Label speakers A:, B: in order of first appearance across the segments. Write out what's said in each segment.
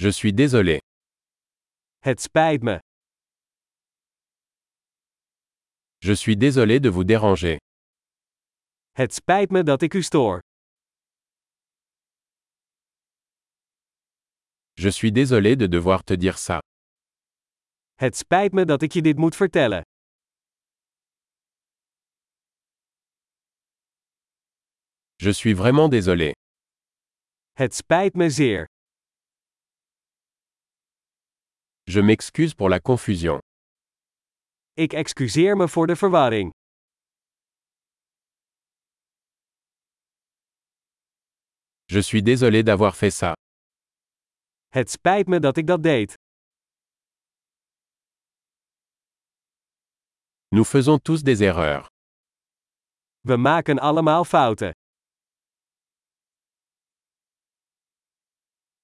A: Je suis désolé.
B: Het spijt me.
A: Je suis désolé de vous déranger.
B: Het spijt me dat ik u stoor.
A: Je suis désolé de devoir te dire ça.
B: Het spijt me dat ik je dit moet vertellen.
A: Je suis vraiment désolé.
B: Het spijt me zeer.
A: Je m'excuse pour la confusion.
B: Ik excuseer me voor de verwarring.
A: Je suis désolé d'avoir fait ça.
B: Het spijt me dat ik dat deed.
A: Nous faisons tous des erreurs.
B: We maken allemaal fouten.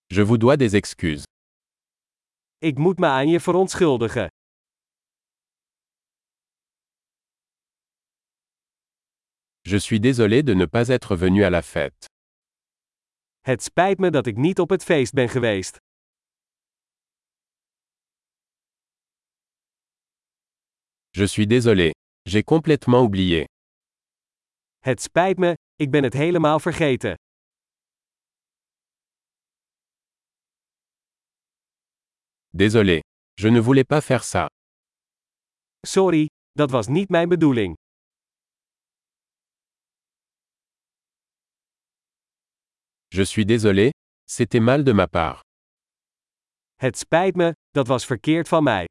A: Je vous dois des excuses.
B: Ik moet me aan je verontschuldigen.
A: Je suis désolé de ne pas être venu à la fête.
B: Het spijt me dat ik niet op het feest ben geweest.
A: Je suis désolé. J'ai complètement oublié.
B: Het spijt me, ik ben het helemaal vergeten.
A: Désolé. Je ne voulais pas faire ça.
B: Sorry, dat was niet mijn bedoeling.
A: Je suis désolé. C'était mal de ma part.
B: Het spijt me, dat was verkeerd van mij.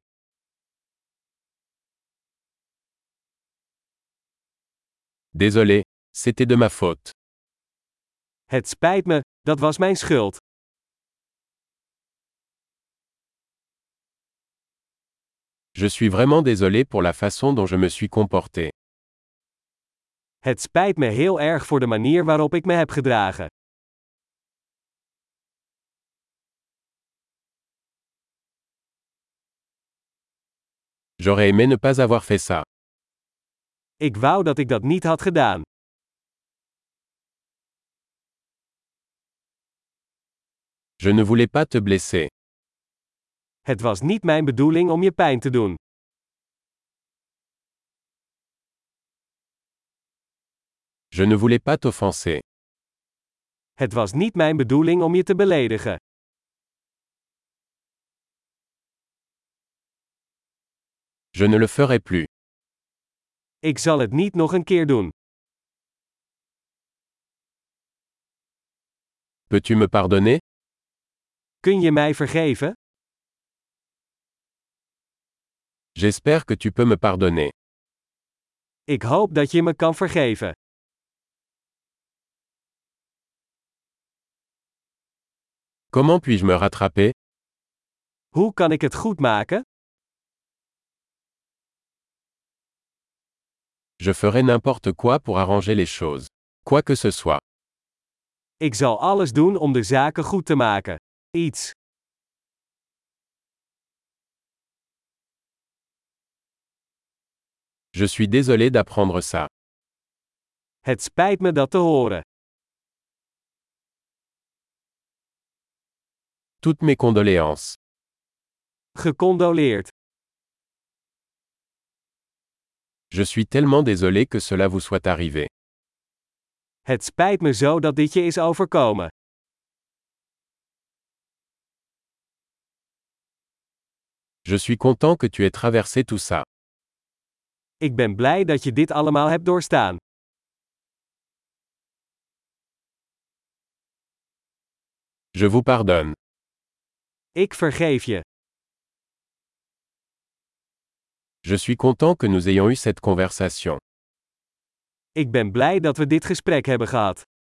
A: Désolé. C'était de ma faute.
B: Het spijt me, dat was mijn schuld.
A: Je suis vraiment désolé pour la façon dont je me suis comporté.
B: Het spijt me heel erg voor de manier waarop ik me heb gedragen.
A: J'aurais aimé ne pas avoir fait ça.
B: Ik wou dat ik dat niet had gedaan.
A: Je ne voulais pas te blesser.
B: Het was niet mijn bedoeling om je pijn te doen.
A: Je ne voulais pas t'offenser.
B: Het was niet mijn bedoeling om je te beledigen.
A: Je ne le ferai plus.
B: Ik zal het niet nog een keer doen.
A: Peux-tu me pardonner
B: Kun je mij vergeven?
A: J'espère que tu peux me pardonner.
B: Ik hoop dat je me kan vergeven.
A: Comment puis-je me rattraper
B: Hoe kan ik het goed maken?
A: Je ferai n'importe quoi pour arranger les choses. Quoi que ce soit.
B: Ik zal alles doen om de zaken goed te maken. Iets.
A: Je suis désolé d'apprendre ça.
B: Het spijt me dat te horen.
A: Toutes mes condoléances.
B: Gecondoleerd.
A: Je suis tellement désolé que cela vous soit arrivé.
B: Het spijt me zo dat dit je is overkomen.
A: Je suis content que tu aies traversé tout ça.
B: Ik ben blij dat je dit allemaal hebt doorstaan.
A: Je vous pardonne.
B: Ik vergeef je.
A: Je suis content que nous ayons eu cette conversation.
B: Ik ben blij dat we dit gesprek hebben gehad.